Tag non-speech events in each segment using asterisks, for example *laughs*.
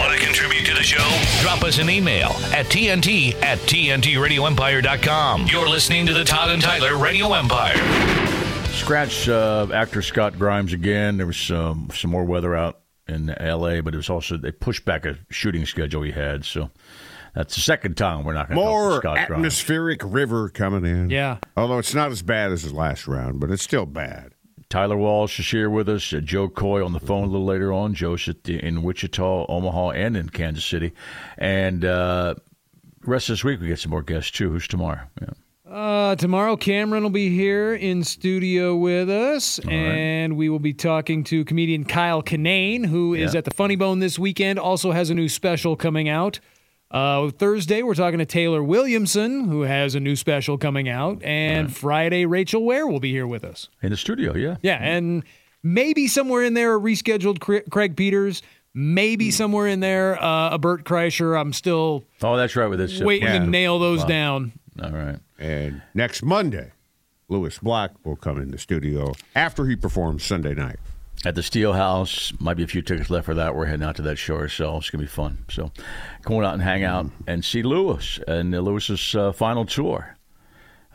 Want to contribute to the show? Drop us an email at TNT at TNTRadioEmpire.com. You're listening to the Todd and Tyler Radio Empire. Scratch uh, actor Scott Grimes again. There was some some more weather out in L.A., but it was also they pushed back a shooting schedule he had. So that's the second time we're not going to More Scott Grimes. atmospheric river coming in. Yeah. Although it's not as bad as the last round, but it's still bad. Tyler Walsh is here with us. Uh, Joe Coy on the phone a little later on. Joe's at the, in Wichita, Omaha, and in Kansas City. And uh, rest of this week we get some more guests too. Who's tomorrow? Yeah. Uh, tomorrow, Cameron will be here in studio with us, and we will be talking to comedian Kyle Kinane, who is Yeah. at the Funny Bone this weekend. Also has a new special coming out. Uh, Thursday, we're talking to Taylor Williamson, who has a new special coming out, and Friday, Rachel Ware will be here with us. In the studio, yeah. Yeah, and maybe somewhere in there a rescheduled Cra- Craig Peters, maybe somewhere in there uh, a Bert Kreischer. I'm still Oh, that's right. With this. uh, waiting to yeah. nail those down. All right. And next Monday, Lewis Black will come in the studio after he performs Sunday night. at the Steel House. Might be a few tickets left for that. We're heading out to that show ourselves. It's gonna be fun. So, going out and hang out Mm. and see Lewis and uh, Lewis's uh, final tour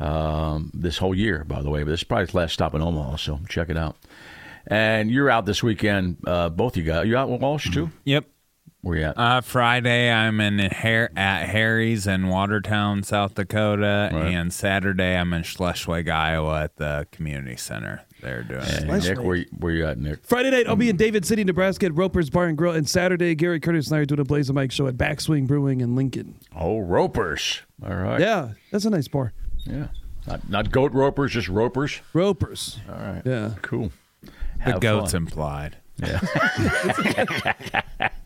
um, this whole year, by the way. But this is probably his last stop in Omaha, so check it out. And you're out this weekend, uh, both you guys. You out with Walsh too? Mm-hmm. Yep. Where you at? Uh, Friday, I'm in Har- at Harry's in Watertown, South Dakota, Right. and Saturday, I'm in Schleswig, Iowa, at the community center. They're doing. and it. Nick, where you, where you at, Nick? Friday night, I'll be in David City, Nebraska at Roper's Bar and Grill. And Saturday, Gary Curtis and I are doing a Blaze of Mike show at Backswing Brewing in Lincoln. Oh, Ropers. All right. Yeah, that's a nice bar. Yeah. Not, not goat ropers, just ropers. Roper's. All right. Yeah. Cool. The Have goat's fun. implied.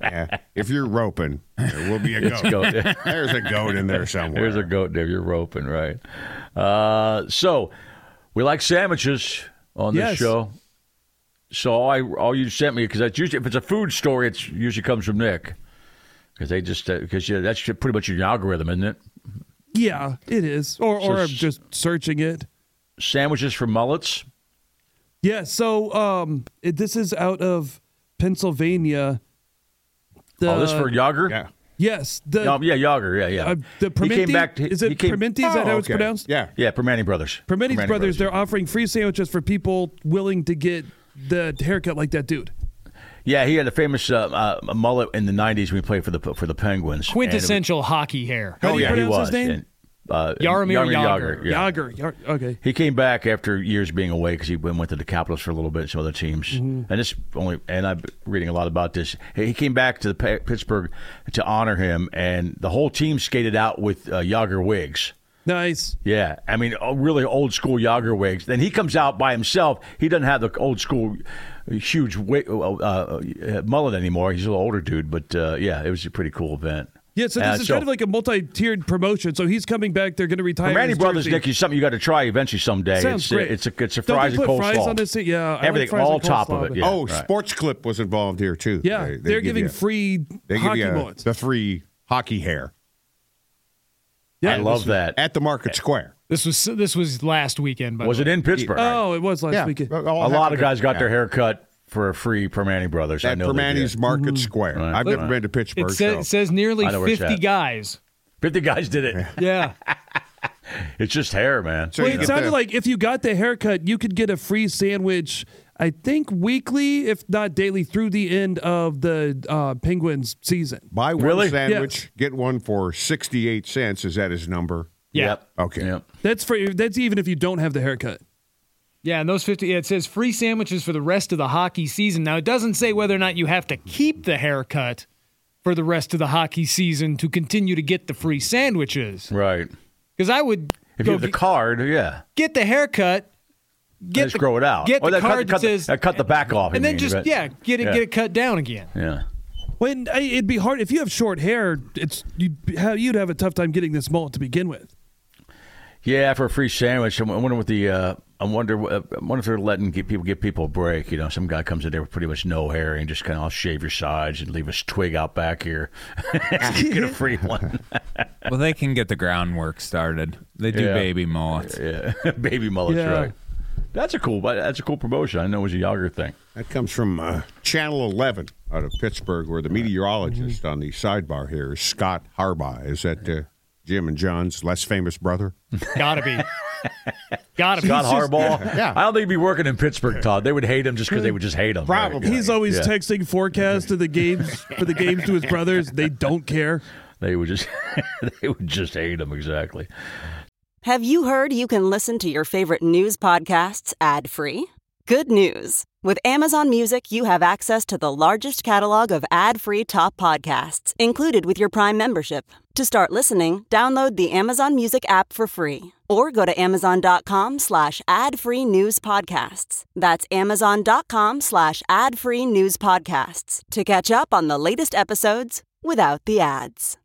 Yeah. if you're roping, there *laughs* will be a goat. Goat. *laughs* There's a goat in there somewhere. There's a goat, Dave. You're roping, right? Uh, so we like sandwiches on this Yes. show. So all, I, all you sent me because that's usually if it's a food story, it's usually comes from Nick because they just because yeah, that's pretty much your algorithm, isn't it? Yeah, it is. Or, or So s- I'm just searching it. Sandwiches for mullets. Yeah, so um, it, this is out of Pennsylvania. The, oh, this for Yager. yeah. Yes. The, No, um, yeah, Yager. Yeah, yeah. uh, the he Permenti, came back. To, is he it came, Oh, Permenti? Is that how it's Okay. pronounced? Yeah. Yeah, Permani Brothers. Permenti's Permani Brothers, they're offering free sandwiches for people willing to get the haircut like that dude. Yeah, he had a famous uh, uh, mullet in the '90s. when We played for the for the Penguins. And it- Quintessential hockey hair. How do you Oh, Yeah, he pronounce was. his name? and, uh, Jaromir Jagr, Jagr. yeah. Yager. Yager. Okay. He came back after years being away because he went, went to the Capitals for a little bit, some other teams, Mm-hmm. and this only. And I'm reading a lot about this. He he came back to the P- Pittsburgh to honor him, and the whole team skated out with uh, Yager wigs. Nice. Yeah, I mean, oh, really old school Yager wigs. Then he comes out by himself. He doesn't have the old school huge wi- uh, uh, uh, mullet anymore. He's a little older dude, but uh, yeah, it was a pretty cool event. Yeah, so this Uh, is kind of like a multi-tiered promotion. So he's coming back. They're going to retire. Randy his Brothers, jersey. Nick, is something you got to try eventually someday. Sounds it's, great. it's a it's a Don't they fries and put coleslaw. fries on this thing? Yeah, I like everything, fries all and top coleslaw, of it. but- Yeah, oh, right. Sports Clip was involved here, too. Yeah, They- they they, are give giving you- free they give hockey you, uh, bullets. The free hockey hair I love that. at the Market Square. This was this was last weekend. By Was the it way. in Pittsburgh? oh, it was last weekend. a lot of guys got their hair cut for a free Permani Brothers. I at know Permani's they did. Mm-hmm. Market Square. Right. I've never been to Pittsburgh. It sa- so- says nearly I know where it's fifty at. *laughs* guys. Fifty guys did it. Yeah, It's just hair, man. So Wait, you it get sounded the- like if you got the haircut, you could get a free sandwich. I think weekly, if not daily, through the end of the uh, Penguins season. buy one Really? sandwich, get one for 68 cents. Is that his number? yeah, Yep. Okay. Yep. That's for that's even if you don't have the haircut. yeah. And those fifty. yeah, It says free sandwiches for the rest of the hockey season. Now it doesn't say whether or not you have to keep the haircut for the rest of the hockey season to continue to get the free sandwiches. Right. Because I would If you go have the get- card, yeah, get the haircut, get just the, grow it out. get Or the they cut, card cut, that says, the, uh, cut the back off, I and then mean, just but- yeah, get it yeah. get it cut down again. yeah. When I, it'd be hard if you have short hair, it's you'd, how you'd have a tough time getting this mullet to begin with. Yeah, for a free sandwich. I wonder what the. Uh, I wonder. I wonder if they're letting get people give people a break. You know, some guy comes in there with pretty much no hair and just kind of I'll shave your sides and leave a twig out back here. *laughs* you *laughs* get a free one, *laughs* Well, they can get the groundwork started. They do Yeah. baby mullets. yeah. baby mullet. Yeah. right? That's a cool. That's a cool promotion. I know it was a Yager thing. That comes from uh, Channel 11 out of Pittsburgh, where the Mm-hmm. meteorologist on the sidebar here is Scott Harbaugh. Is that uh, Jim and John's less famous brother? Gotta be, gotta be. Scott Harbaugh. *laughs* yeah. I don't think he'd be working in Pittsburgh, Todd. They would hate him just because they would just hate him. right? Probably. He's always Yeah. texting forecasts to the games for the games to his brothers. They don't care. They would just. *laughs* they would just hate him exactly. Have you heard you can listen to your favorite news podcasts ad free? Good news! With Amazon Music, you have access to the largest catalog of ad free top podcasts included with your Prime membership. To start listening, download the Amazon Music app for free or go to amazon.com slash ad free news podcasts. That's amazon.com slash ad free news podcasts to catch up on the latest episodes without the ads.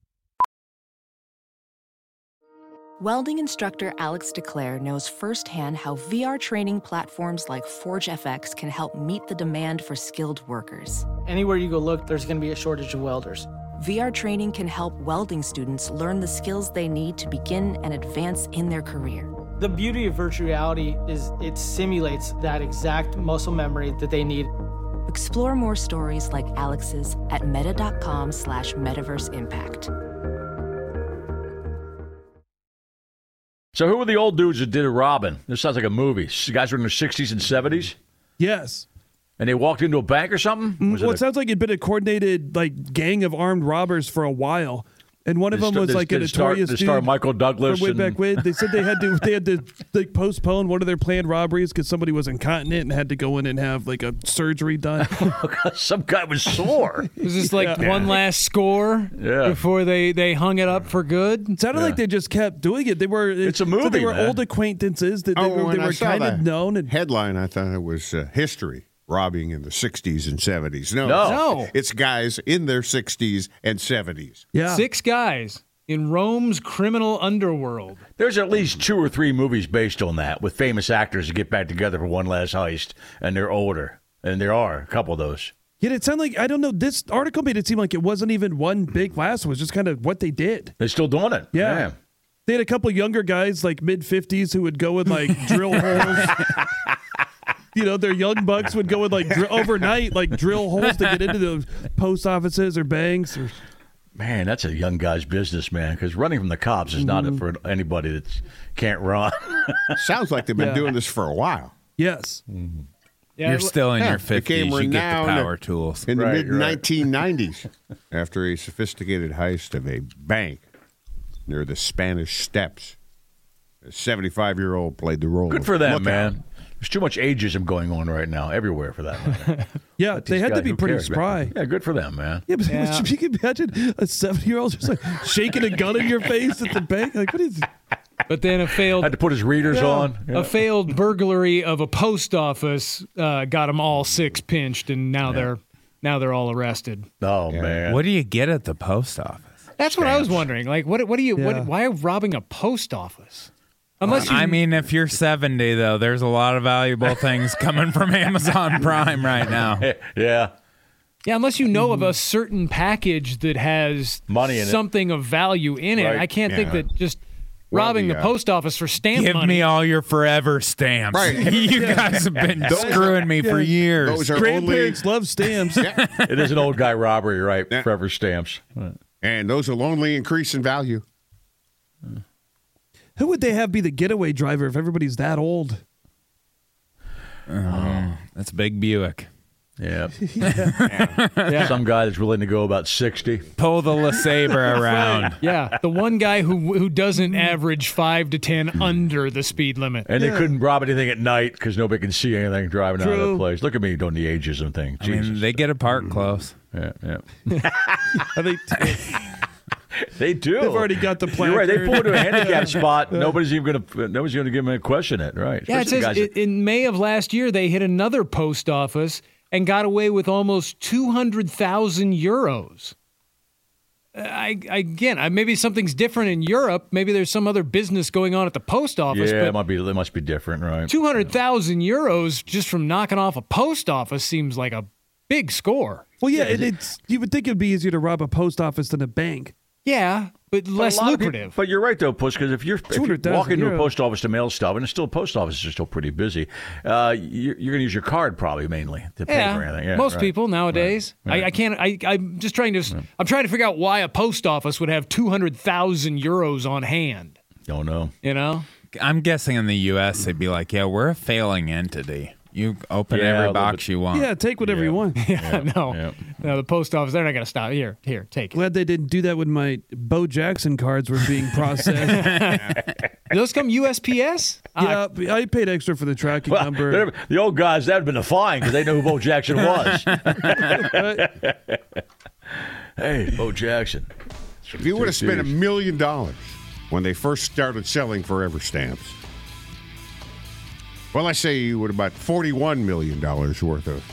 Welding instructor Alex DeClaire knows firsthand how VR training platforms like ForgeFX can help meet the demand for skilled workers. Anywhere you go look, there's going to be a shortage of welders. VR training can help welding students learn the skills they need to begin and advance in their career. The beauty of virtual reality is it simulates that exact muscle memory that they need. Explore more stories like Alex's at meta.com slash metaverse impact. So who were the old dudes that did Robin? This sounds like a movie. These guys were in their sixties and seventies. Yes. And they walked into a bank or something? well, it it sounds like it'd been a coordinated like gang of armed robbers for a while, and one of Did it them sta- was did- like a did it start- notorious did it start dude Michael Douglas from way and- back when. They said they had to *laughs* they had to like postpone one of their planned robberies because somebody was incontinent and had to go in and have like a *laughs* surgery done. a- some guy was *laughs* sore. It was just like one last score Yeah. before they they hung it up for good. It sounded like they just kept doing it. They were It's a so movie, they were man. old acquaintances that they oh, were, when they I were saw kind that of known and headline, I thought it was uh, history robbing in the 60s and 70s. No, No. No. it's guys in their 60s and 70s. yeah. Six guys in Rome's criminal underworld. There's at least two or three movies based on that with famous actors that get back together for one last heist and they're older. And there are a couple of those. Yet it sounded like I don't know. This article made it seem like it wasn't even one big last. It was just kind of what they did. They're still doing it. Yeah. They had a couple younger guys, like mid fifties, who would go and like drill holes. You know, their young bucks would go and like dr- overnight, like drill holes to get into the post offices or banks. Or Man, that's a young guy's business, man, because running from the cops is not Mm-hmm. it for anybody that can't run. *laughs* Sounds like they've been Yeah. doing this for a while. yes, Yeah, You're it- still in Yeah, your 50s. became You get the renowned. power tools. in the Right, mid right. 1990s *laughs* after a sophisticated heist of a bank near the Spanish Steps. A 75 year old played the role. Good of for them, lookout. man. There's too much ageism going on right now everywhere for that. matter. yeah, they These had guys, to be who pretty cares, man? spry. Yeah, good for them, man. Yeah, but Yeah. you can imagine a seven-year-old just like shaking a gun in your face at the bank. Like, what is? but then a Had failed to put his readers on. Yeah. a failed burglary of a post office uh, got them all six pinched, and now they're now they're all arrested. Oh, man. What do you get at the post office? That's what I was wondering. Like, what? What do you? Yeah. What, why robbing a post office? Unless you, I mean, if you're 70, though, there's a lot of valuable things coming from Amazon Prime right now. *laughs* Yeah. yeah, unless you know of a certain package that has Mm-hmm. Money in it. something of value in it. Right. I can't think Yeah. that just robbing the, the, uh, post office for stamp Give money. me all your forever stamps. Right. *laughs* you guys have been screwing me for years. Those are only, Grandparents love stamps. It is an old guy robbery, right? Forever stamps. and those will only increase in value. Who would they have be the getaway driver if everybody's that old? That's a big Buick. Yeah. Some guy that's willing to go about 60. Pull the LeSabre around. yeah, the one guy who who doesn't Mm. average five to ten under the speed limit. And they couldn't rob anything at night because nobody can see anything driving out of the True. place. Look at me doing the ageism thing. I mean, Jesus. they get a park close. yeah, yeah. I think They do. They've already got the You're right. They placard. pull into a handicap Yeah. spot. Yeah. Nobody's even going to. Nobody's going to give them a question. It right. Yeah, it Especially says guys i- in May of last year they hit another post office and got away with almost two hundred thousand euros. I, I- again, I, maybe something's different in Europe. Maybe there's some other business going on at the post that- office. yeah, it but might be. It must be different, right? two hundred thousand euros just from knocking off a post office seems like a big score. Well, yeah, and it's you would think it'd be easier to rob a post office than a bank. Yeah, but But a less lot of peop- lucrative. but you're right though, Push, because if you're, if you 200,000 walk into a euro. post office to mail stuff, and it's still post offices are still pretty busy. Uh, you, you're going to use your card probably mainly to pay for anything. Yeah, most right. people nowadays. Right. Hmm. I, I can't. I, I'm just trying to. I'm trying to figure out why a post office would have two hundred thousand euros on hand. Oh, don't know. You know, *laughs* I'm guessing in the U.S. they'd be like, "Yeah, we're a failing entity. You open Yeah, a every little box you want." yeah, take whatever you want. no, yeah. no. The post office. They're not going to stop here. Here, take it. Glad they didn't do that when my Bo Jackson cards were being processed. Do those *laughs* come USPS. I- yeah, I paid extra for the tracking Well, *laughs* number. they're- the old guys that would have been a fine because they know who Bo *laughs* Jackson was. Uh, hey, Bo Jackson. If you would have spent a million dollars when they first started selling forever stamps, well, I say you would have bought forty-one million dollars worth of.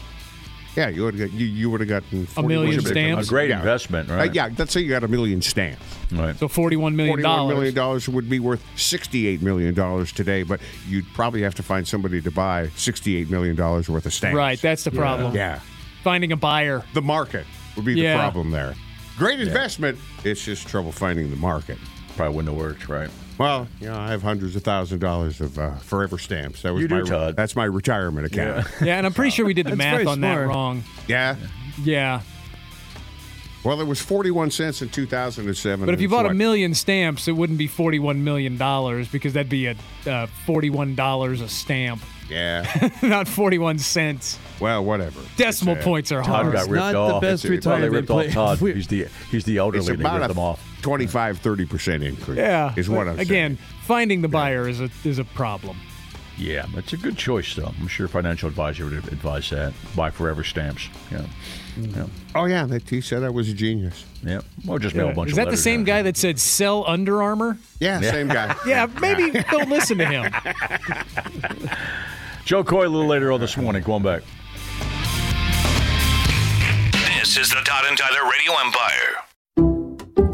Yeah, you would have got, you, you would have gotten A million 41 stamps? A great Yeah. investment, Uh, right? yeah, let's say you got a million stamps. Right. so forty-one million Forty-one million dollars. dollars would be worth sixty-eight million dollars today, but you'd probably have to find somebody to buy sixty-eight million dollars worth of stamps. Right. That's the problem. yeah. Finding a buyer. the market would be Yeah. the problem there. Great investment. It's just trouble finding the market. Probably wouldn't have worked, right? Well, you know, I have hundreds of thousand dollars of uh, forever stamps. That was You do, my Todd. that's my retirement account. *laughs* Yeah, and I'm pretty sure we did the That's math very on that smart. wrong. Yeah. Yeah, Well, it was forty-one cents in two thousand and seven. but if you bought a million stamps, it wouldn't be forty-one million dollars because that'd be a uh, forty-one dollars a stamp, *laughs* yeah. not forty-one cents. Well, whatever. *laughs* Decimal It's, uh, points are Todd hard. got ripped not the off. best They probably retirement ripped off plan. Todd. We- He's the he's the It's elderly. They ripped about him a off. 25 30 percent increase. Yeah, is what but I'm again, saying. finding the buyer is a is a problem. Yeah, that's a good choice though. I'm sure a financial advisor would advise that. Buy forever stamps. Yeah. Yeah. Oh yeah, that he said I was a genius. Yeah. Or just mail a bunch Is of that the letters same out. guy that said sell Under Armour? Yeah, same guy. *laughs* Yeah, *laughs* maybe don't listen to him. Joe Coy a little later on this morning. Going back. This is the Todd and Tyler Radio Empire.